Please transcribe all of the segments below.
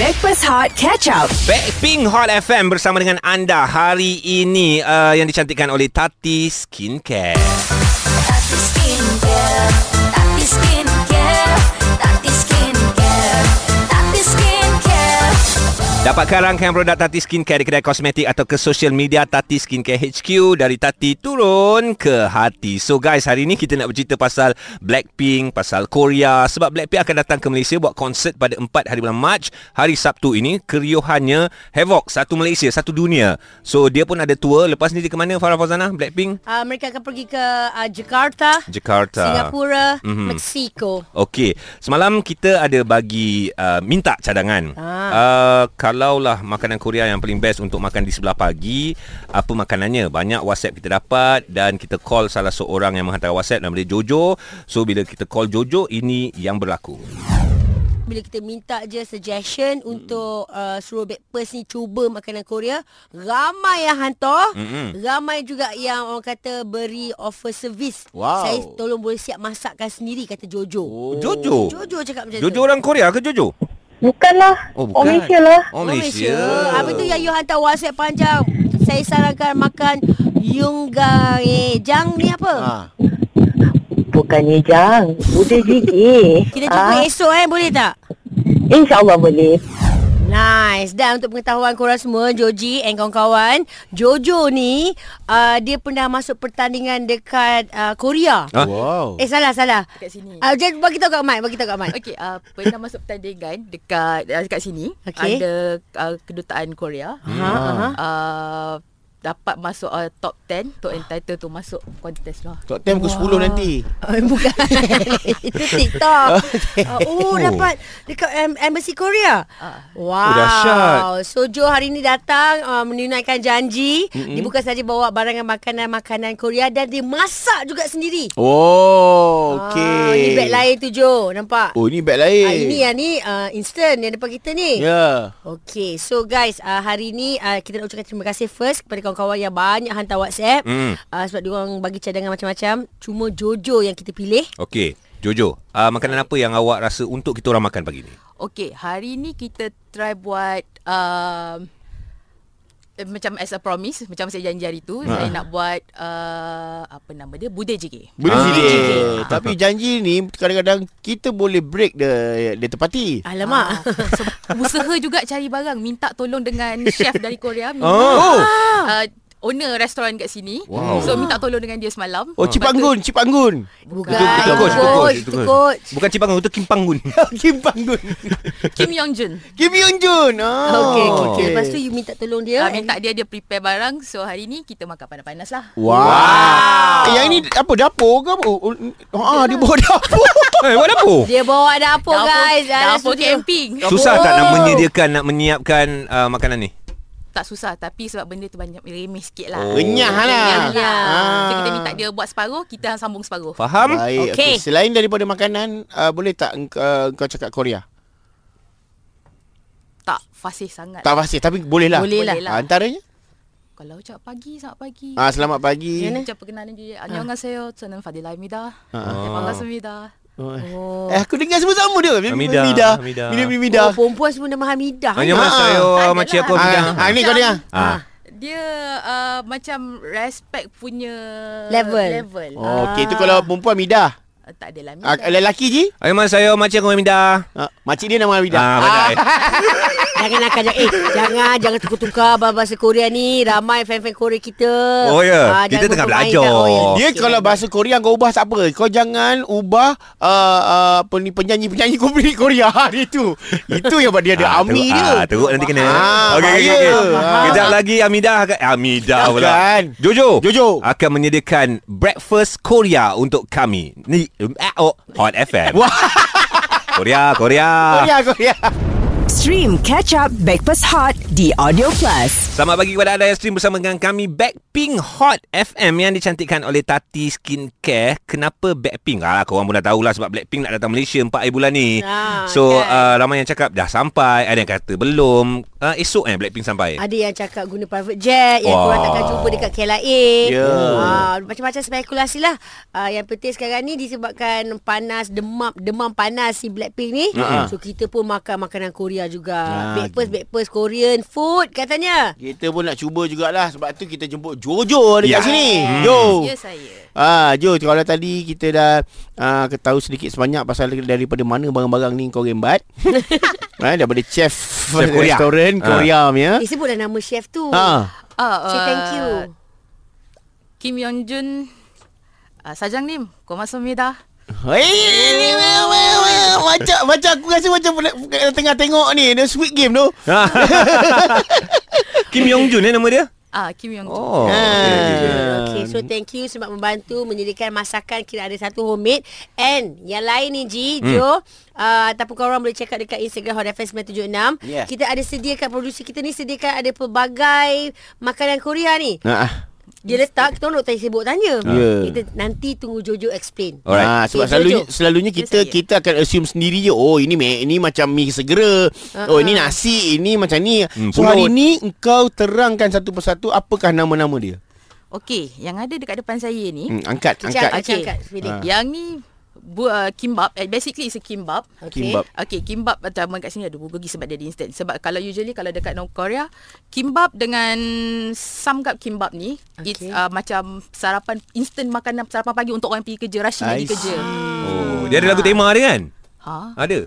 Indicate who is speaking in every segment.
Speaker 1: Backpass Hot Catch Up.
Speaker 2: Backpink Hot FM bersama dengan anda hari ini uh, yang dicantikkan oleh Tati Skincare.
Speaker 3: Tati Skincare, Tati Skincare, Tati Skincare, Tati Skincare.
Speaker 2: Dapatkan rangkaian produk Tati Skincare di kedai kosmetik atau ke social media Tati Skincare HQ dari Tati turun ke hati. So guys, hari ini kita nak bercerita pasal Blackpink, pasal Korea sebab Blackpink akan datang ke Malaysia buat konsert pada 4 hari bulan Mac, hari Sabtu ini keriuhannya Havoc, satu Malaysia, satu dunia. So dia pun ada tour. Lepas ni dia ke mana Farah Fauzana? Blackpink?
Speaker 4: Uh, mereka akan pergi ke uh, Jakarta,
Speaker 2: Jakarta.
Speaker 4: Singapura,
Speaker 2: Mhm.
Speaker 4: mm-hmm. Mexico.
Speaker 2: Okey, semalam kita ada bagi uh, minta cadangan. Ah.
Speaker 4: Ah.
Speaker 2: Uh, kalaulah makanan Korea yang paling best untuk makan di sebelah pagi, apa makanannya? Banyak WhatsApp kita dapat dan kita call salah seorang yang menghantar WhatsApp nama dia Jojo. So bila kita call Jojo, ini yang berlaku.
Speaker 4: Bila kita minta je suggestion mm. untuk uh, suruh backpers ni cuba makanan Korea, ramai yang hantar,
Speaker 2: Mm-mm.
Speaker 4: mm-hmm. ramai juga yang orang kata beri offer service.
Speaker 5: Wow.
Speaker 4: Saya tolong boleh siap masakkan sendiri kata Jojo.
Speaker 2: Oh. Jojo.
Speaker 4: Jojo cakap macam
Speaker 2: Jojo
Speaker 4: tu.
Speaker 2: orang Korea ke Jojo?
Speaker 6: Bukanlah.
Speaker 2: Oh, bukan.
Speaker 6: Orang Malaysia lah.
Speaker 2: Oh Malaysia.
Speaker 4: Habis tu yang you hantar WhatsApp panjang. Saya sarankan makan Yungga eh, Jang ni apa? Ha.
Speaker 5: Ha.
Speaker 6: Bukannya jang. Udah gigi.
Speaker 4: Kita jumpa
Speaker 6: Ah,
Speaker 4: esok eh boleh tak?
Speaker 6: InsyaAllah boleh.
Speaker 4: Nice. Dan untuk pengetahuan korang semua, Joji and kawan-kawan, Jojo ni uh, dia pernah masuk pertandingan dekat uh, Korea.
Speaker 2: Ah.
Speaker 5: Wow.
Speaker 4: Eh salah salah.
Speaker 7: Kat sini.
Speaker 4: Uh, jadi bagi tahu kat Mat, bagi tahu kat Mat.
Speaker 7: Okey, uh, pernah masuk pertandingan dekat uh, dekat sini.
Speaker 4: Okey.
Speaker 7: Ada uh, kedutaan Korea.
Speaker 4: Ha ha.
Speaker 7: Uh, dapat masuk uh, top 10 untuk entitled tu masuk kontes lah.
Speaker 5: Tok time pukul 10 nanti.
Speaker 4: Bukan. Itu TikTok. Uh, oh,
Speaker 2: Oh.
Speaker 4: dapat dekat um, embassy Korea.
Speaker 7: Ah.
Speaker 4: Wow.
Speaker 2: dahsyat.
Speaker 4: So Jo hari ni datang uh, menunaikan janji. Mm-hmm. Dia bukan saja bawa barangan makanan-makanan Korea dan dia masak juga sendiri.
Speaker 5: Oh,
Speaker 4: Ah, ni
Speaker 5: okey.
Speaker 4: beg lain tu Jo, nampak?
Speaker 5: Oh, ini beg
Speaker 4: Ah,
Speaker 5: lain.
Speaker 4: ini yang ni uh, instant yang depan kita ni.
Speaker 5: Ya.
Speaker 4: Okay, so guys, uh, hari ni uh, kita nak ucapkan terima kasih first kepada kawan-kawan yang banyak hantar WhatsApp.
Speaker 2: Hmm.
Speaker 4: Uh, sebab diorang bagi cadangan macam-macam. Cuma Jojo yang kita pilih.
Speaker 2: Okey, Jojo, uh, makanan apa yang awak rasa untuk kita orang makan pagi ni?
Speaker 7: Okey, hari ni kita try buat um, eh, macam as a promise, macam saya janji hari tu, saya nak buat uh, apa nama dia? Budai jjigae.
Speaker 5: Boleh
Speaker 2: Ah.
Speaker 5: sini.
Speaker 7: Ah.
Speaker 5: Tapi janji ni kadang-kadang kita boleh break the the tepati.
Speaker 4: Alamak.
Speaker 7: Ah, so, usaha juga cari barang, minta tolong dengan chef dari Korea, minta
Speaker 2: Oh.
Speaker 7: uh, owner restoran kat sini.
Speaker 2: Wow.
Speaker 7: So minta tolong dengan dia semalam.
Speaker 4: Ah,
Speaker 5: Oh, cipanggun, cipanggun.
Speaker 4: Bukan.
Speaker 2: Itu- itu coach, itu coach, itu
Speaker 4: Itu coach.
Speaker 2: Bukan Cipangun, itu Kimpanggun.
Speaker 5: Kim Panggun.
Speaker 7: Kim Yong Jun.
Speaker 5: Kim Yun Jun. Oh.
Speaker 4: Okay, okay, okay. Lepas tu you minta tolong dia.
Speaker 7: Yeah. Uh, minta dia dia prepare barang. So hari ni kita makan panas-panas lah.
Speaker 5: Wow. wow. Eh, yang ni apa dapur ke apa? Oh, oh, ah, dia bawa dapur.
Speaker 2: eh, buat dapur?
Speaker 4: Oh. Dia bawa dapur, guys. Ah, Oh, Dalam
Speaker 7: dapur
Speaker 4: studio.
Speaker 7: camping.
Speaker 2: Susah tak nak
Speaker 4: Oh.
Speaker 2: menyediakan Nak menyiapkan uh, makanan ni
Speaker 7: Tak susah tapi sebab benda tu banyak remeh sikit lah.
Speaker 2: Oh.
Speaker 5: Renyah lah.
Speaker 7: Renyah lah.
Speaker 5: Ah.
Speaker 7: So kita minta dia buat separuh, kita sambung separuh.
Speaker 2: Faham?
Speaker 5: Baik.
Speaker 4: Okey.
Speaker 5: Okay. Okay. Selain daripada makanan, uh, boleh tak uh, kau cakap Korea?
Speaker 7: Tak fasih sangat.
Speaker 5: Tak pasti tapi boleh lah.
Speaker 4: Boleh lah.
Speaker 5: Ah, antaranya?
Speaker 7: Kalau cakap pagi, selamat pagi.
Speaker 5: Ah, selamat pagi.
Speaker 4: Yang mana?
Speaker 7: Macam perkenalan dia, Annyeonghaseyo, 저는 파딜라 입니다.
Speaker 5: Ah.
Speaker 7: 반갑습니다.
Speaker 5: Oh.
Speaker 4: Oh.
Speaker 5: Eh, aku dengar semua sama dia.
Speaker 2: Hamidah,
Speaker 5: Hamidah.
Speaker 2: Hamidah.
Speaker 5: Bila Hamidah.
Speaker 4: Oh, perempuan semua nama Hamidah.
Speaker 2: Hanya mas
Speaker 5: Ah.
Speaker 2: saya
Speaker 7: Ada
Speaker 2: Makcik
Speaker 7: lah.
Speaker 2: aku bidang
Speaker 5: Ah, ah, ni kau dengar.
Speaker 2: Ah.
Speaker 7: Dia uh, macam respect punya
Speaker 4: Level.
Speaker 7: level.
Speaker 4: Ah.
Speaker 5: Oh, okey tu kalau perempuan Midah.
Speaker 7: Uh, tak adalah.
Speaker 5: Ah, lelaki je?
Speaker 2: Ayah mas saya Makcik aku minda
Speaker 5: Ah, makcik dia nama Hamidah.
Speaker 2: Ah, banyak eh.
Speaker 4: Jangan nak kajak Eh jangan Jangan tukar-tukar Bahasa Korea ni Ramai fan-fan Korea kita
Speaker 2: Oh, ya.
Speaker 4: Ah, jangan
Speaker 2: Kita tengah
Speaker 4: mempermainkan.
Speaker 2: belajar.
Speaker 4: ya.
Speaker 5: Dia
Speaker 4: Okey,
Speaker 5: kalau
Speaker 4: baik-baik.
Speaker 5: bahasa Korea kau ubah tak apa. Kau jangan ubah uh, uh, apa ni penyanyi-penyanyi komedi Korea hari tu. Itu yang buat dia ada army
Speaker 2: teruk,
Speaker 5: dia.
Speaker 2: ah, Teruk nanti kena
Speaker 5: Ah,
Speaker 2: Okey okey
Speaker 5: bahaya.
Speaker 2: okey
Speaker 5: Ah.
Speaker 2: Kejap lagi Amidah akan Amidah pula
Speaker 5: Kan.
Speaker 2: Jojo
Speaker 5: Jojo.
Speaker 2: Akan menyediakan Breakfast Korea Untuk kami Ni eh, oh, Hot FM
Speaker 5: Wah. Oh,
Speaker 2: Korea
Speaker 5: ya,
Speaker 2: Korea
Speaker 5: Korea Korea.
Speaker 1: Stream Catch Up Backpass Hot di Audio Plus.
Speaker 2: Selamat pagi kepada anda yang stream bersama dengan kami Backpack Blackpink Hot FM yang dicantikkan oleh Tati Skincare. Kenapa Blackpink? Ah, korang pun dah tahulah sebab Blackpink nak datang Malaysia 4 hari bulan ni.
Speaker 4: Ah,
Speaker 2: so,
Speaker 4: kan.
Speaker 2: uh, ramai yang cakap dah sampai. Ada yang kata belum. Uh, esok eh Blackpink sampai.
Speaker 4: Ada yang cakap guna private jet Yang
Speaker 2: Wow.
Speaker 4: korang takkan jumpa dekat KLIA
Speaker 5: Ya.
Speaker 4: Ah, Macam-macam spekulasi lah Ah, Yang penting sekarang ni Disebabkan panas Demam demam panas si Blackpink ni
Speaker 5: Ha-ha.
Speaker 4: So kita pun makan makanan Korea juga
Speaker 5: Ha, Ah,
Speaker 4: Breakfast-breakfast Korean food katanya
Speaker 5: Kita pun nak cuba jugalah Sebab tu kita jemput Jojo dekat
Speaker 2: Ya.
Speaker 5: yeah. sini
Speaker 7: Yes,
Speaker 5: Jo
Speaker 7: Ya saya.
Speaker 5: Ah, Jo, kalau tadi kita dah ah, ketahui sedikit sebanyak pasal daripada mana barang-barang ni kau rembat. ah, daripada chef,
Speaker 2: Chef Korea.
Speaker 5: restoran
Speaker 2: Ah.
Speaker 5: Korea punya.
Speaker 4: Dia sebutlah nama chef tu
Speaker 5: Ah.
Speaker 7: Ah,
Speaker 4: Say thank you
Speaker 7: Kim Yeon Jun uh, 사장님 고맙습니다.
Speaker 5: Hei, eh, macam macam aku rasa macam pernah- tengah tengok ni the Squid Game tu.
Speaker 2: Ah. Kim Yong Jun eh nama dia?
Speaker 7: Ah Kim Yeon Jun.
Speaker 4: Ah.
Speaker 2: Oh. okay, okay, okay.
Speaker 4: Okay, so thank you sebab membantu menyediakan masakan kira ada satu homemade. And yang lain ni Ji, hmm. Jo, uh, ataupun korang boleh check out dekat Instagram Hot FM 976.
Speaker 5: Yeah.
Speaker 4: Kita ada sediakan, producer kita ni sediakan ada pelbagai makanan Korea ni.
Speaker 5: Ah.
Speaker 4: Dia letak, kita orang nak tanya sibuk tanya.
Speaker 5: Yeah.
Speaker 4: Kita nanti tunggu Jojo explain.
Speaker 2: Alright.
Speaker 5: Ah, sebab
Speaker 4: Okay,
Speaker 5: selalunya
Speaker 4: Jojo.
Speaker 5: selalunya kita
Speaker 7: saya.
Speaker 5: kita akan assume sendiri je. Oh, ini me- ini macam mi segera. Oh, ini
Speaker 7: Ah,
Speaker 5: nasi, ini macam ni.
Speaker 2: Hmm,
Speaker 5: so hari
Speaker 2: pulut.
Speaker 5: ni engkau terangkan satu persatu apakah nama-nama dia?
Speaker 7: Okey, yang ada dekat depan saya ni.
Speaker 5: Hmm, angkat,
Speaker 4: Kecil,
Speaker 5: angkat.
Speaker 4: angkat.
Speaker 7: Okey.
Speaker 4: cakap, Fidik.
Speaker 7: Ah. Yang ni bu, uh, kimbap. Eh, basically it's a kimbap.
Speaker 4: Okay.
Speaker 5: Kimbap.
Speaker 7: Okey, kimbap pertama kat sini ada bulgogi sebab dia ada instant. Sebab kalau usually kalau dekat North Korea, kimbap dengan samgap kimbap ni, okay. it's
Speaker 4: Okey.
Speaker 7: uh, macam sarapan instant makanan sarapan pagi untuk orang pergi kerja, rushing
Speaker 5: I
Speaker 7: pergi kerja.
Speaker 2: Oh, dia ada lagu tema dia kan?
Speaker 7: Ha.
Speaker 2: Ada.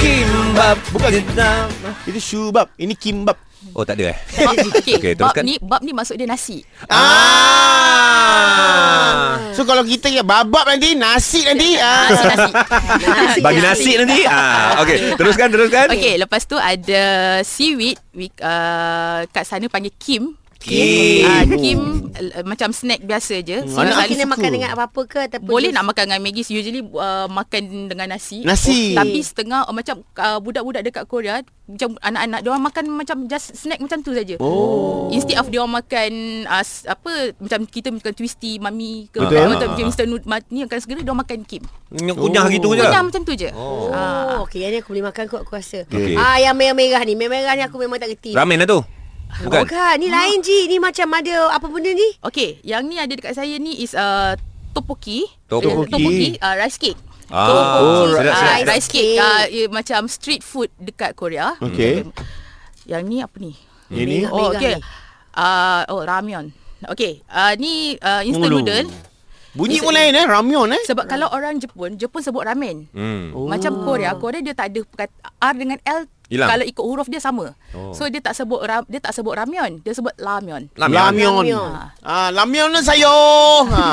Speaker 2: Kimbab bukan
Speaker 5: Itu syubab. Ini kimbab.
Speaker 2: Oh tak ada eh
Speaker 7: Bab, okay,
Speaker 2: Okey,
Speaker 7: okay, bab
Speaker 2: teruskan.
Speaker 7: ni bab ni maksud dia nasi.
Speaker 5: Ah. So kalau kita ya babab nanti, nasi nanti. Ah.
Speaker 7: Nasi nasi.
Speaker 2: Bagi nasi nanti ah, Okay Teruskan teruskan
Speaker 7: Okey, lepas tu ada seaweed we, uh, kat sana panggil kim.
Speaker 2: Kim.
Speaker 7: Uh, kim uh, macam snack biasa
Speaker 5: Hmm.
Speaker 7: je. So,
Speaker 4: Anak
Speaker 5: Anak aku
Speaker 4: kena
Speaker 5: suka.
Speaker 4: makan dengan apa-apa ke ataupun
Speaker 7: boleh
Speaker 4: just-
Speaker 7: nak makan dengan Maggi usually uh, makan dengan nasi.
Speaker 5: Nasi.
Speaker 7: Tapi setengah uh, macam uh, budak-budak dekat Korea macam anak-anak dia orang makan macam just snack macam tu saja. Oh. Instead of dia orang makan uh, s- apa macam kita makan twisty mami ke
Speaker 5: Betul.
Speaker 7: apa macam instant noodle mat- ni akan segera dia orang makan kim.
Speaker 2: Kunyah gitu je
Speaker 7: Macam macam tu
Speaker 2: Ya.
Speaker 7: je. Ah,
Speaker 2: Oh.
Speaker 4: Oh, okey. Yang ni aku boleh makan kot aku rasa.
Speaker 2: Okey.
Speaker 4: Ah, yang merah-merah ni. Merah-merah ni aku memang tak reti.
Speaker 2: Ramen lah tu Bukan
Speaker 4: Bukan.
Speaker 7: Hmm?
Speaker 4: Ni lain Ji. Ni macam ada apa benda ni?
Speaker 7: Okey, yang ni ada dekat saya ni is uh, topoki.
Speaker 2: Tteokbokki.
Speaker 7: Topoki uh, rice cake.
Speaker 2: Ah,
Speaker 7: Tteokbokki,
Speaker 2: oh, sedap,
Speaker 7: ah,
Speaker 2: sedap, sedap.
Speaker 7: rice cake uh, ia, macam street food dekat Korea.
Speaker 5: Okey.
Speaker 7: Yang ni apa ni?
Speaker 5: Ini
Speaker 4: Merah-merah
Speaker 7: Oh, okey.
Speaker 4: ni.
Speaker 7: Uh, oh, ramyeon. Okey, uh, ni uh, instant
Speaker 5: Ulu.
Speaker 7: noodle.
Speaker 5: bunyi pun lain eh, ramyeon eh.
Speaker 7: Sebab kalau orang Jepun, Jepun sebut ramen.
Speaker 2: hmm.
Speaker 7: Oh. Macam Korea, Korea dia tak ada perkat- R dengan L
Speaker 2: Hilang.
Speaker 7: kalau ikut huruf dia sama.
Speaker 2: Oh.
Speaker 7: Oh. So dia tak sebut ra- dia tak sebut ramyeon, dia sebut lamyeon.
Speaker 2: ya?
Speaker 5: Ramyeon.
Speaker 4: Ramyeon.
Speaker 5: Ah, ramyeon lah saya.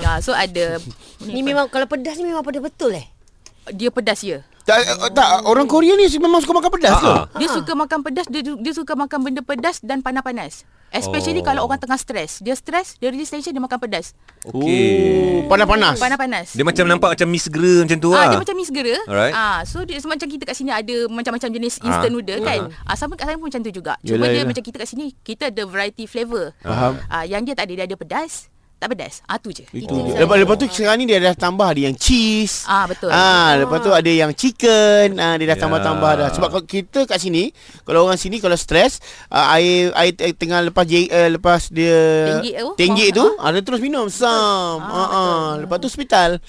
Speaker 5: Ha.
Speaker 7: Ah. so ada
Speaker 4: Ni memang kalau pedas ni memang pedas betul eh.
Speaker 7: dia pedas ya.
Speaker 5: Tak, eh, tak orang Korea ni memang suka makan pedas ke?
Speaker 2: Ah, ah.
Speaker 7: Dia suka makan pedas, dia, dia suka makan benda pedas dan panas-panas. Especially
Speaker 2: Oh.
Speaker 7: oh. kalau orang tengah stres. Dia stres, dia release tension, dia makan pedas.
Speaker 5: Oh,
Speaker 2: Okay
Speaker 5: panas-panas.
Speaker 7: Panas-panas.
Speaker 2: Dia macam nampak macam mi segera macam tu
Speaker 7: Ah,
Speaker 2: lah
Speaker 7: dia macam mi segera.
Speaker 2: Alright.
Speaker 7: Ah, so dia macam kita kat sini ada macam-macam jenis instant
Speaker 2: Ah.
Speaker 7: noodle kan. Ah, sama kat sana pun macam tu juga.
Speaker 5: Yelah,
Speaker 7: Cuma dia
Speaker 5: yelah.
Speaker 7: macam kita kat sini kita ada variety flavour.
Speaker 5: Faham.
Speaker 7: Ah, yang dia tak ada dia ada pedas, tak pedas. Ah tu je.
Speaker 5: Itu. Lepas lepas tu sekarang ni dia dah tambah ada yang cheese.
Speaker 7: Ah, betul.
Speaker 5: Ah, lepas tu ada yang chicken. Ah, dia dah
Speaker 2: Ya.
Speaker 5: tambah-tambah dah. Sebab kalau kita kat sini, kalau orang sini kalau stres, ah, air air eh, tengah lepas je, eh, lepas dia
Speaker 7: Tenggek tu.
Speaker 5: tenggek
Speaker 7: Ah.
Speaker 5: tu, ah, dia terus minum sam. Ah, ah, lepas tu hospital.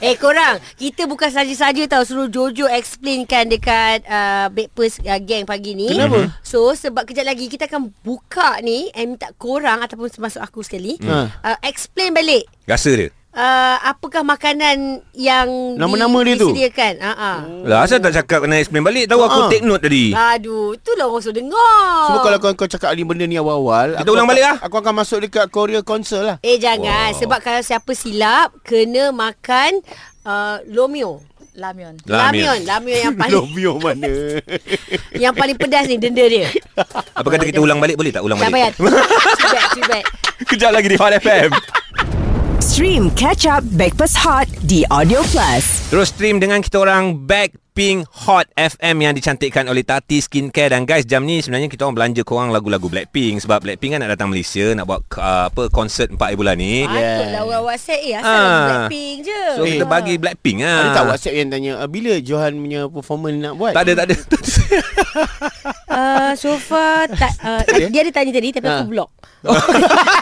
Speaker 4: eh korang, kita bukan saja-saja tau suruh Jojo explainkan dekat uh, Breakfast uh, Gang pagi ni. Hmm.
Speaker 5: Kenapa?
Speaker 4: So sebab kejap lagi kita akan buka ni and minta korang ataupun termasuk aku sekali
Speaker 5: Hmm.
Speaker 4: uh, explain balik
Speaker 2: Rasa dia
Speaker 4: uh, apakah makanan yang
Speaker 5: Nama-nama
Speaker 4: di,
Speaker 5: dia tu? Oh.
Speaker 4: disediakan. Ha ah.
Speaker 2: lah, asal tak cakap kena explain balik Tahu aku
Speaker 5: Ah.
Speaker 2: take note tadi
Speaker 4: Aduh, itulah orang suruh dengar.
Speaker 7: Oh.
Speaker 5: Sebab kalau kau, kau cakap ni benda ni awal-awal
Speaker 2: Kita
Speaker 5: aku
Speaker 2: ulang
Speaker 5: akan-
Speaker 2: balik lah.
Speaker 5: Aku akan masuk dekat Korea Council lah
Speaker 4: Eh jangan
Speaker 2: Wow.
Speaker 4: wow. sebab kalau siapa silap kena makan uh, lomio.
Speaker 7: Lamyeon.
Speaker 4: Ramyeon,
Speaker 2: Ramyeon.
Speaker 4: ramyeon yang paling
Speaker 5: Lobio mana
Speaker 4: yang paling pedas ni denda dia.
Speaker 2: Apa kata kita ulang balik boleh tak ulang
Speaker 4: Tak payah.
Speaker 2: balik
Speaker 4: Too bad, too bad.
Speaker 2: Kejap lagi di Hot FM
Speaker 1: Stream Catch Up Breakfast Hot di Audio Plus.
Speaker 2: Terus stream dengan kita orang Backpink Blackpink Hot FM yang dicantikkan oleh Tati Skincare dan guys jam ni sebenarnya kita orang belanja korang lagu-lagu Blackpink sebab Blackpink kan nak datang Malaysia nak buat uh, apa konsert 4 hari bulan ni.
Speaker 4: Patutlah orang WhatsApp Eh asal
Speaker 2: Ah.
Speaker 4: lagu Blackpink je
Speaker 2: So kita bagi Blackpink ah.
Speaker 5: Eh. Ada tak WhatsApp yang tanya "Ah, Bila Johan punya performance nak buat
Speaker 2: Tak ada tak ada.
Speaker 4: Ah, So far tak, ah, Dia ada tanya tadi Tapi aku block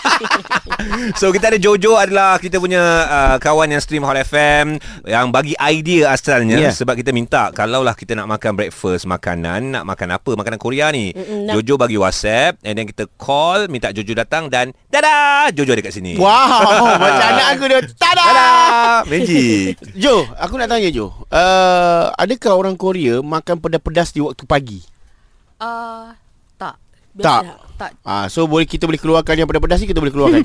Speaker 2: so kita Ah. ada Jojo adalah kita punya uh, kawan yang stream Hot FM yang bagi idea asalnya yeah.
Speaker 5: Yeah.
Speaker 2: sebab kita minta kalaulah kita nak makan breakfast makanan nak makan apa makanan Korea ni.
Speaker 4: Mm-mm, nak-
Speaker 2: Jojo bagi WhatsApp and then kita call minta Jojo datang dan tada Jojo ada kat sini.
Speaker 5: Wow Macam anak aku dia Tada
Speaker 2: Tada! Magic.
Speaker 5: Jo Aku nak tanya Jo uh, Adakah orang Korea Makan pedas-pedas di waktu pagi
Speaker 7: Uh, tak.
Speaker 5: Tak.
Speaker 7: Tak.
Speaker 5: Ah, So boleh kita boleh keluarkan Yang pedas-pedas ni Kita boleh keluarkan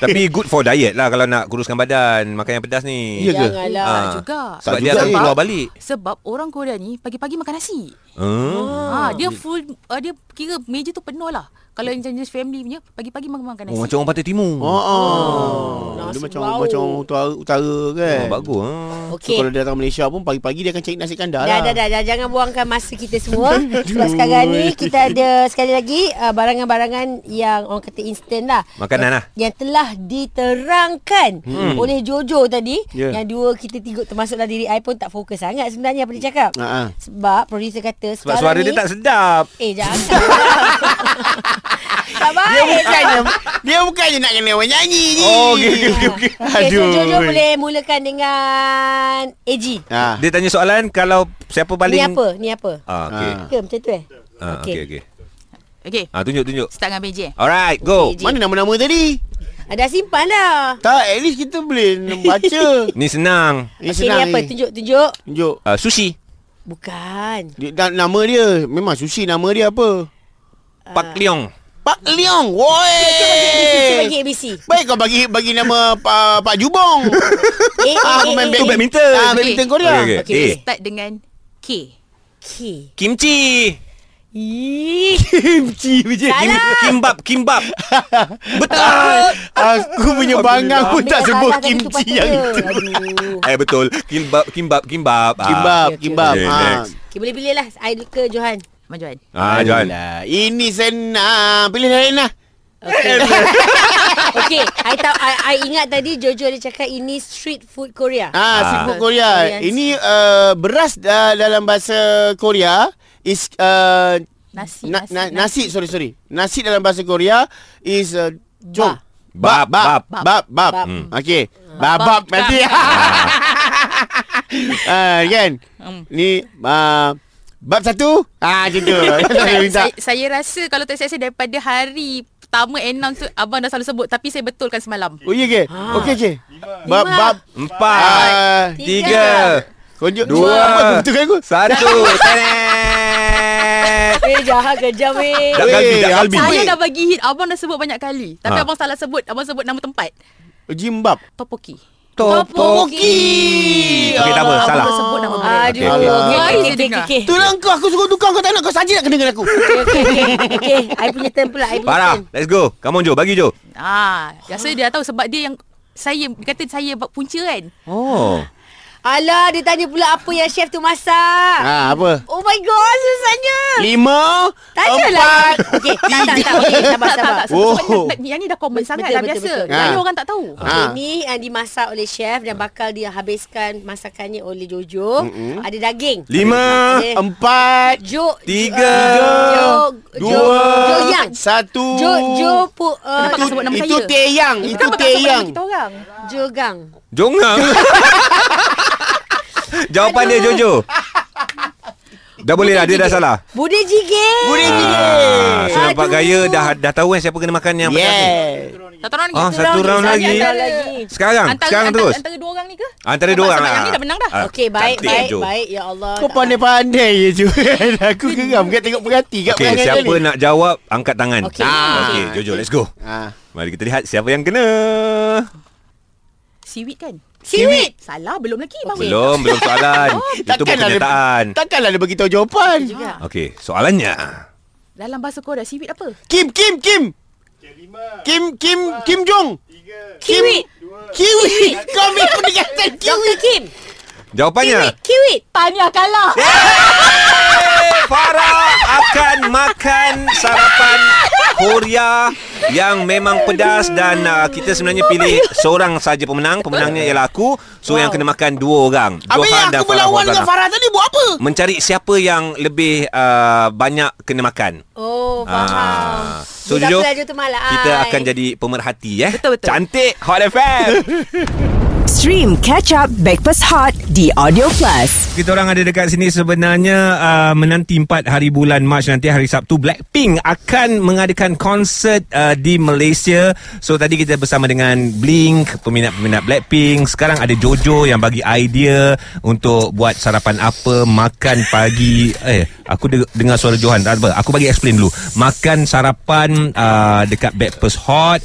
Speaker 2: Tapi good for diet lah kalau nak kuruskan badan, makan yang pedas ni.
Speaker 5: Ya ke?
Speaker 4: Janganlah
Speaker 2: Ah.
Speaker 7: Tak juga.
Speaker 2: Sebab
Speaker 5: Tak
Speaker 2: dia
Speaker 5: juga,
Speaker 2: akan
Speaker 5: eh.
Speaker 2: keluar balik.
Speaker 7: Sebab orang Korea ni pagi-pagi makan nasi.
Speaker 2: Hmm.
Speaker 7: Ah, dia full uh, dia kira meja tu penuh lah. Kalau yang jenis family punya pagi-pagi makan makan nasi.
Speaker 2: Oh, macam orang Pantai Timur.
Speaker 5: Oh,
Speaker 4: Oh,
Speaker 5: oh. Dia
Speaker 4: nasi
Speaker 5: macam
Speaker 4: bau.
Speaker 5: macam orang utara, utara kan.
Speaker 2: Oh, bagus. ah.
Speaker 5: Okay. So,
Speaker 4: Okay
Speaker 5: kalau dia datang Malaysia pun pagi-pagi dia akan cari nasi kandar
Speaker 4: Dah,
Speaker 5: lah.
Speaker 4: dah, dah, dah. Jangan buangkan masa kita semua. Sebab sekarang ni kita ada sekali lagi uh, barangan-barangan yang orang kata instant lah.
Speaker 2: Makanan lah.
Speaker 4: Yang telah diterangkan hmm. oleh Jojo tadi.
Speaker 5: Ya.
Speaker 4: Yeah. Yang dua kita tiga termasuklah diri I pun tak fokus sangat sebenarnya apa dia cakap.
Speaker 5: Ha, ha.
Speaker 4: Sebab producer kata
Speaker 2: Ah. Sebab
Speaker 4: sekarang
Speaker 2: suara
Speaker 4: ni,
Speaker 2: dia tak sedap.
Speaker 4: Eh, jangan. tak
Speaker 5: Dia
Speaker 4: baik.
Speaker 5: bukannya dia bukannya nak kena menyanyi ni.
Speaker 2: Oh, okey, okey, okey, okey.
Speaker 4: Okay, so Jojo boleh mulakan dengan AG.
Speaker 5: Ah.
Speaker 2: Dia tanya soalan kalau siapa
Speaker 4: Paling... Ni
Speaker 2: paling
Speaker 4: apa? Ni apa?
Speaker 2: Ah, okey.
Speaker 5: Ah.
Speaker 4: Ke macam tu eh?
Speaker 2: Ah, okey okey. Okay.
Speaker 7: Okey.
Speaker 2: Ah, tunjuk tunjuk.
Speaker 7: Start dengan meja.
Speaker 2: Alright, go.
Speaker 4: Okey, Ji.
Speaker 5: Mana nama-nama tadi?
Speaker 4: Ah, Dah simpan dah.
Speaker 5: Tak, at least kita boleh baca.
Speaker 2: Ni senang.
Speaker 5: Ni
Speaker 4: Okey, ni apa?
Speaker 5: ni.
Speaker 4: Tunjuk, tunjuk.
Speaker 5: Tunjuk.
Speaker 2: Ah, sushi.
Speaker 4: Bukan.
Speaker 5: Dia, da- nama dia memang sushi nama dia apa?
Speaker 2: Pak Leong.
Speaker 5: Pak Leong. Woi. Eh.
Speaker 4: Kita bagi ABC.
Speaker 5: Baik kau bagi bagi nama Pak Pak Jubong.
Speaker 4: Eh,
Speaker 5: ah,
Speaker 4: eh,
Speaker 5: pemain
Speaker 4: eh, eh.
Speaker 5: badminton.
Speaker 2: badminton.
Speaker 5: Ah, badminton Korea.
Speaker 2: Okey okey.
Speaker 4: Okey.
Speaker 2: Eh,
Speaker 7: Start dengan K.
Speaker 4: Okey.
Speaker 2: kimchi.
Speaker 4: Ih,
Speaker 5: Kimchi je.
Speaker 2: Kim,
Speaker 4: Salah.
Speaker 2: kimbap, kimbap. Betul.
Speaker 5: Aku punya bangang pun
Speaker 4: ambil
Speaker 5: tak
Speaker 4: yang
Speaker 5: sebut
Speaker 4: salah tadi tu
Speaker 5: kimchi
Speaker 4: patut Ah,
Speaker 5: yang
Speaker 4: je.
Speaker 5: itu.
Speaker 4: Aduh.
Speaker 2: eh betul. Kimbap, kimbap, kimbap. Ah.
Speaker 5: Kimbab,
Speaker 4: okey,
Speaker 5: kimbab.
Speaker 2: okey. Okay,
Speaker 5: Ah.
Speaker 2: next.
Speaker 4: Okey, boleh pilih lah. I ke Johan.
Speaker 7: Majuan.
Speaker 2: Ah, Johan.
Speaker 5: Alah, Ini senang. Pilih lah. Helena. Eh,
Speaker 4: Okey. Okey, I tahu I, I ingat tadi Jojo dia cakap ini street food Korea.
Speaker 5: Ah, ah.
Speaker 4: Ah.
Speaker 5: seafood Korea.
Speaker 4: Korean.
Speaker 5: Ini uh, beras uh, dalam bahasa Korea is uh,
Speaker 7: Nasi,
Speaker 5: na-
Speaker 7: nasi,
Speaker 5: na-
Speaker 7: nasi.
Speaker 5: nasi, sorry sorry. Nasi dalam bahasa Korea is uh, jong.
Speaker 2: Bab,
Speaker 5: bab,
Speaker 2: bab.
Speaker 5: bab, bab.
Speaker 4: Bab.
Speaker 5: Hmm. Okey. Bab, bab nanti. Ah, kan. Ni uh, bab satu. Ah, gitu.
Speaker 2: Kan
Speaker 5: Saya minta.
Speaker 7: saya, saya rasa kalau tak saya, saya daripada hari pertama announce tu abang dah selalu sebut tapi saya betulkan semalam.
Speaker 5: Oh, ya ke? Okey, okey. Bab,
Speaker 4: Lima.
Speaker 5: bab.
Speaker 2: Empat.
Speaker 5: Ah,
Speaker 2: Tiga.
Speaker 5: Konjuk
Speaker 2: Dua.
Speaker 5: Apa kebetulan aku
Speaker 2: Satu. Tenet.
Speaker 4: Eh, jahat kejam eh.
Speaker 2: Dak galbi, dak
Speaker 5: Weh,
Speaker 2: galbi.
Speaker 5: apa-
Speaker 7: Saya
Speaker 5: Wait.
Speaker 7: dah bagi hint Abang dah sebut banyak kali Tapi
Speaker 2: Ha.
Speaker 7: abang salah sebut Abang sebut nama tempat
Speaker 5: Jimbab
Speaker 7: Topoki
Speaker 2: Topoki. Okey, tak apa.
Speaker 7: Abang
Speaker 2: Salah.
Speaker 7: dah sebut nama
Speaker 4: Aduh.
Speaker 7: mereka
Speaker 2: Okey, okey.
Speaker 7: Baru
Speaker 4: Okey,
Speaker 7: saya
Speaker 4: okey,
Speaker 7: dengar.
Speaker 4: okey.
Speaker 5: Itulah kau Aku suruh tukar Kau tak nak Kau saja nak kena dengan aku
Speaker 4: Okey, okey. Okey, I punya turn pula. I punya
Speaker 2: Farah,
Speaker 4: turn.
Speaker 2: let's go. Come on, Jo. Bagi, Jo.
Speaker 7: Ah, Biasanya dia dah tahu Sebab dia yang Saya Dia kata saya buat punca kan
Speaker 2: Oh.
Speaker 4: Alah, dia tanya pula apa yang chef tu masak.
Speaker 5: Ha apa
Speaker 4: Oh my god, susahnya.
Speaker 5: Lima
Speaker 4: Tanyalah. Okey, tak, tak, tak. Okey, sabar,
Speaker 7: Tak tak
Speaker 4: sabar.
Speaker 7: tak Sebab
Speaker 5: Oh.
Speaker 7: sebab Yang ni dah common
Speaker 4: Betul,
Speaker 7: sangat Dah
Speaker 4: betul,
Speaker 7: biasa
Speaker 4: betul.
Speaker 7: Banyak
Speaker 5: Ha.
Speaker 7: orang tak tahu
Speaker 5: Ha.
Speaker 4: Ha. Ini yang dimasak oleh chef dan bakal dia habiskan masakannya oleh Jojo. Mm-hmm. Ada daging.
Speaker 2: Lima.
Speaker 4: Ada-
Speaker 5: Empat
Speaker 4: Jo
Speaker 2: Tiga.
Speaker 4: Jo Jo
Speaker 5: Dua
Speaker 4: Jo yang
Speaker 5: Satu
Speaker 4: Jo Jo pu uh,
Speaker 7: Nampak
Speaker 5: Itu,
Speaker 7: tak sebut nama
Speaker 5: itu
Speaker 7: saya?
Speaker 5: teyang Itu
Speaker 7: Kenapa tak sebut nama
Speaker 5: teyang
Speaker 7: kita orang
Speaker 4: Jo gang.
Speaker 2: Jongang. Jawapan dia, Jojo. Dah boleh dah. Dia dah salah.
Speaker 4: Budi jige.
Speaker 5: Boleh ni
Speaker 2: Ah, so
Speaker 4: Aduh.
Speaker 2: nampak gaya dah dah tahu kan siapa kena makan yang pedas ni.
Speaker 5: Yeah
Speaker 7: Satu round
Speaker 2: Ah,
Speaker 7: lagi
Speaker 2: satu
Speaker 4: Orang ni
Speaker 2: round lagi.
Speaker 4: sangat lagi.
Speaker 2: Sekarang,
Speaker 7: Antara,
Speaker 2: sekarang
Speaker 7: antara,
Speaker 2: terus.
Speaker 7: Antara dua orang ni ke?
Speaker 2: Antara dua orang
Speaker 7: Sebab
Speaker 2: lah.
Speaker 7: Yang ni dah menang dah
Speaker 2: Ah,
Speaker 4: Okey baik
Speaker 2: cantik,
Speaker 4: baik
Speaker 2: Jo.
Speaker 4: baik ya Allah.
Speaker 5: Kau pandai-pandai je Johan Aku geram Kat tengok perhati Kat
Speaker 2: Okey,
Speaker 5: perangai
Speaker 2: siapa
Speaker 5: kali.
Speaker 2: nak jawab angkat tangan.
Speaker 4: Okey.
Speaker 2: Ah,
Speaker 4: Okey.
Speaker 2: Okey, Jojo, let's go.
Speaker 5: Ah.
Speaker 2: Mari kita lihat siapa yang kena.
Speaker 7: Seaweed kan?
Speaker 4: Siwit.
Speaker 7: Salah belum lagi bang.
Speaker 2: Belum, belum soalan.
Speaker 4: Oh,
Speaker 2: Itu bukan
Speaker 4: lah,
Speaker 5: Takkanlah
Speaker 2: kenyataan.
Speaker 5: dia, takkanlah dia beritahu jawapan
Speaker 2: Okey, soalannya.
Speaker 7: Dalam bahasa Korea seaweed apa?
Speaker 5: Kim Kim Kim Kim Kim Kim Jong
Speaker 4: Kiwi.
Speaker 5: Kiwi Kau ambil pendekatan
Speaker 4: Dr.
Speaker 5: Kiwi
Speaker 4: Kim.
Speaker 2: Jawapannya
Speaker 4: Kiwit, kiwit.
Speaker 7: Tanya kalah.
Speaker 2: Yeay! Farah akan makan sarapan Korea yang memang pedas dan uh, kita sebenarnya pilih seorang saja pemenang. Pemenangnya ialah aku. So wow. yang kena makan dua orang.
Speaker 5: Habis yang aku berlawan dengan Farah tadi buat apa?
Speaker 2: Mencari siapa yang lebih uh, banyak kena makan.
Speaker 4: Oh,
Speaker 2: Ah.
Speaker 4: faham.
Speaker 2: So
Speaker 4: Budak
Speaker 2: Jojo,
Speaker 4: pelaju tu malas.
Speaker 2: kita akan jadi pemerhati eh.
Speaker 7: Betul, betul.
Speaker 2: Cantik Hot FM.
Speaker 1: Stream Catch Up Backpass Hot di Audio Plus.
Speaker 2: Kita orang ada dekat sini sebenarnya uh, menanti 4 hari bulan Mac nanti hari Sabtu Blackpink akan mengadakan konsert uh, di Malaysia. So tadi kita bersama dengan Blink, peminat-peminat Blackpink. Sekarang ada Jojo yang bagi idea untuk buat sarapan apa, makan pagi. Eh, aku de- dengar suara Johan. Tak apa, aku bagi explain dulu. Makan sarapan uh, dekat Breakfast Hot.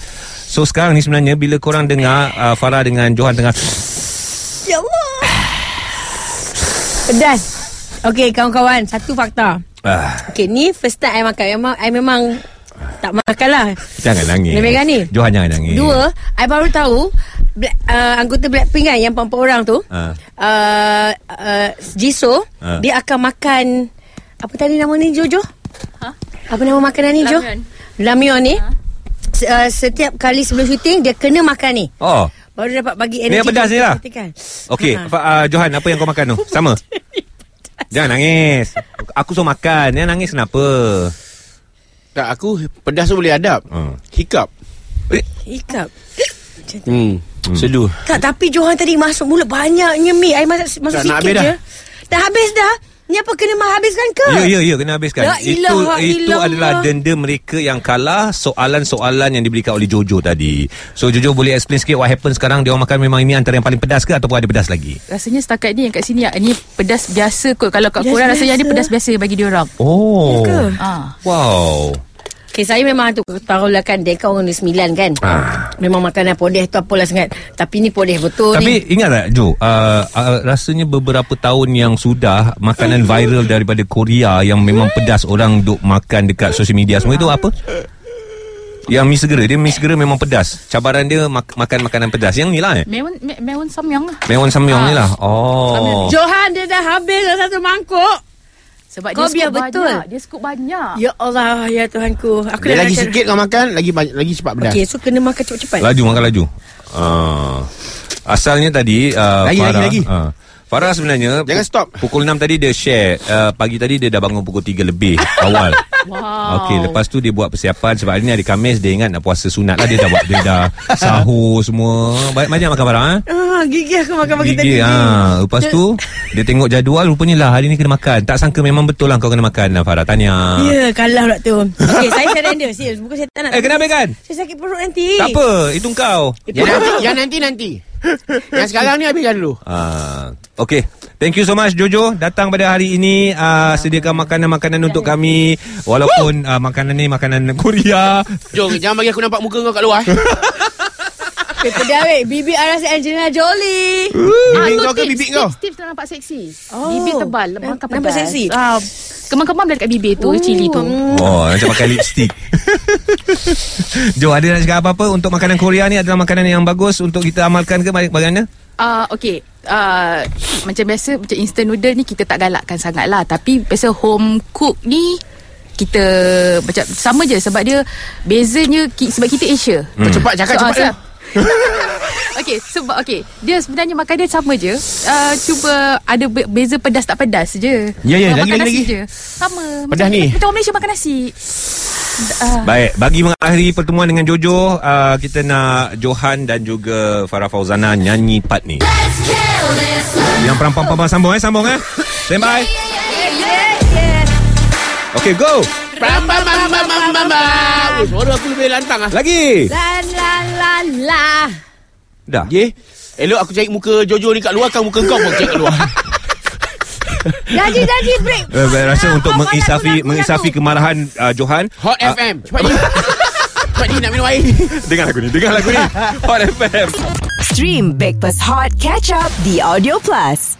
Speaker 2: So sekarang ni sebenarnya bila korang dengar uh, Farah dengan Johan tengah
Speaker 4: lah. Pedas. Okey, kawan-kawan, satu fakta.
Speaker 2: ah,
Speaker 4: Okey, ni first time I makan. I memang, I memang tak makan lah.
Speaker 2: Jangan nangis
Speaker 4: Lebih kan ni?
Speaker 2: Johan jangan nangis
Speaker 4: Dua, I baru tahu Black, uh, anggota Blackpink kan yang empat orang tu.
Speaker 2: Ah.
Speaker 4: Uh. Uh, uh, Jisoo, uh.
Speaker 2: Ah.
Speaker 4: dia akan makan apa tadi nama ni Jojo?
Speaker 7: Hah?
Speaker 4: Apa nama makanan ni Jo?
Speaker 7: Ramyeon. Ah.
Speaker 4: Ramyeon ni. Se- Uh, setiap kali sebelum syuting dia kena makan ni.
Speaker 2: Oh
Speaker 4: Baru dapat bagi
Speaker 2: Ni
Speaker 4: energi.
Speaker 2: yang pedas ni lah
Speaker 4: Kan?
Speaker 2: Okey
Speaker 4: Ha.
Speaker 2: Fa- uh, Johan apa yang kau makan tu Sama Jangan nangis Aku suruh makan Jangan nangis kenapa
Speaker 5: Tak aku pedas tu boleh hadap.
Speaker 2: Hmm.
Speaker 5: Hiccup.
Speaker 4: Hiccup.
Speaker 5: Hmm. Seduh.
Speaker 4: Tak, tapi Johan tadi masuk mulut banyaknya mi. I masuk, masuk
Speaker 5: Tak,
Speaker 4: sikit
Speaker 5: nak habis
Speaker 4: je.
Speaker 5: dah.
Speaker 4: Dah habis dah. Ni apa kena ma- habiskan ke?
Speaker 2: Ya ya ya Kena habiskan
Speaker 4: La
Speaker 2: Itu
Speaker 4: ilaha
Speaker 2: itu
Speaker 4: illallah.
Speaker 2: adalah denda mereka yang kalah Soalan-soalan yang diberikan oleh Jojo tadi So Jojo boleh explain sikit What happen sekarang Dia orang makan memang ini Antara yang paling pedas ke Ataupun ada pedas lagi
Speaker 7: Rasanya setakat ni yang kat sini ah, ni pedas biasa kot. Kalau kat
Speaker 4: Pedas
Speaker 7: korang rasanya
Speaker 4: biasa.
Speaker 7: ni pedas biasa bagi dia orang.
Speaker 2: Oh
Speaker 4: ke?
Speaker 7: Ah.
Speaker 2: Wow
Speaker 4: Okay, saya memang tu tahu lah kan Deka orang ni sembilan kan
Speaker 2: Ah.
Speaker 4: Memang makanan podeh tu apalah sangat Tapi ni podeh betul
Speaker 2: Tapi
Speaker 4: ni
Speaker 2: ingat tak Jo uh, uh, Rasanya beberapa tahun yang sudah Makanan viral daripada Korea Yang memang pedas orang duk makan Dekat social media semua itu apa? Yang mi segera Dia mi segera memang pedas Cabaran dia mak- makan makanan pedas Yang ni lah eh
Speaker 7: Mewon me- mewon samyang lah.
Speaker 2: Mewon samyang ni lah Oh
Speaker 4: Johan dia dah habis dah satu mangkuk
Speaker 7: Sebab
Speaker 4: Kau
Speaker 7: dia
Speaker 4: biar
Speaker 7: skop
Speaker 4: betul.
Speaker 7: banyak. Dia skop banyak.
Speaker 4: Ya Allah, ya Tuhanku Aku dah
Speaker 5: Dia lagi
Speaker 4: rasa-
Speaker 5: sikit kau makan lagi banyak lagi cepat pedas.
Speaker 4: Okay, so kena makan cepat-cepat
Speaker 2: Laju makan laju uh, Asalnya tadi uh,
Speaker 5: Lagi,
Speaker 2: Farah,
Speaker 5: lagi, lagi.
Speaker 2: Uh, Farah sebenarnya
Speaker 5: Jangan stop.
Speaker 2: Pukul 6 tadi dia share uh, Pagi tadi dia dah bangun pukul 3 lebih Awal
Speaker 7: Wow.
Speaker 2: Okey, lepas tu dia buat persiapan sebab hari ni hari Khamis dia ingat nak puasa sunat lah dia dah buat dia dah sahur semua. Baik banyak makan barang eh.
Speaker 4: ah, Gigi aku makan pagi tadi
Speaker 2: Gigi, ha. Lepas tu Dia tengok jadual Rupanya lah Hari ni kena makan Tak sangka memang betul lah Kau kena makan lah Farah Tanya
Speaker 4: Ya, kalah pula tu Okay, saya surrender Serius, bukan saya tak nak
Speaker 2: Eh kenapa kan
Speaker 4: Saya sakit perut nanti
Speaker 2: Tak apa Itu kau
Speaker 5: Yang nanti, yang nanti nanti. Yang sekarang ni habiskan dulu.
Speaker 2: Ah, okay. Thank you so much Jojo datang pada hari ini uh, sediakan makanan-makanan untuk kami walaupun uh, makanan ni makanan Korea.
Speaker 5: Jom, jangan bagi aku nampak muka kau kat luar. eh.
Speaker 4: Eh, Pedas weh Bibi I rasa Angelina Jolie
Speaker 5: Bibik
Speaker 7: Ah, tu
Speaker 5: kau ke
Speaker 7: tips,
Speaker 5: bibik kau?
Speaker 7: Tips, tips nak nampak seksi.
Speaker 4: Oh.
Speaker 7: Bibir tebal,
Speaker 4: Nam-
Speaker 7: makan pedas.
Speaker 4: nampak seksi?
Speaker 7: Ah, kemam-kemam dah dekat bibir tu, cili tu.
Speaker 2: Oh, macam pakai lipstick. Jo, ada nak cakap apa-apa untuk makanan Korea ni adalah makanan yang bagus untuk kita amalkan ke baga- bagaimana?
Speaker 7: Ah, okay. Ah, macam biasa macam instant noodle ni kita tak galakkan sangat lah. Tapi biasa home cook ni kita macam sama je sebab dia bezanya ki, sebab kita Asia.
Speaker 5: Kau Hmm. cepat cakap
Speaker 7: ah,
Speaker 5: cepat.
Speaker 7: sebab- Okey, sebab okey. Dia sebenarnya makan dia sama je. Ah, cuba ada be- beza pedas tak pedas je.
Speaker 5: Ya, ya,
Speaker 7: Ah,
Speaker 5: lagi,
Speaker 7: makan
Speaker 5: lagi,
Speaker 7: nasi
Speaker 5: lagi.
Speaker 7: Je. Sama.
Speaker 5: Pedas
Speaker 7: macam,
Speaker 5: ni.
Speaker 7: Kita orang Malaysia makan nasi.
Speaker 2: Baik, bagi mengakhiri pertemuan dengan Jojo, uh, kita nak Johan dan juga Farah Fauzana nyanyi part ni. Yang perempuan-perempuan sambung eh, sambung eh. Stand by. Okay, go.
Speaker 5: Bam bam bam bam bam bam. bam. Oh, suara aku lebih lantang ah.
Speaker 2: Lagi.
Speaker 4: La la la la
Speaker 2: Dah.
Speaker 5: Ye. Elok aku cari muka Jojo ni kat luar kau muka kau pun cari kat luar.
Speaker 4: Daji, daji, break
Speaker 2: Eh, saya rasa
Speaker 4: Ah,
Speaker 2: untuk
Speaker 4: apa, apa,
Speaker 2: mengisafi
Speaker 4: lagu, lagu,
Speaker 2: mengisafi
Speaker 4: lagu.
Speaker 2: kemarahan uh, Johan
Speaker 5: Hot FM. Cepat ni. Cepat ni nak minum air ni.
Speaker 2: dengar lagu ni dengar lagu ni Hot FM
Speaker 1: Stream Backpass Hot Catch Up di Audio Plus.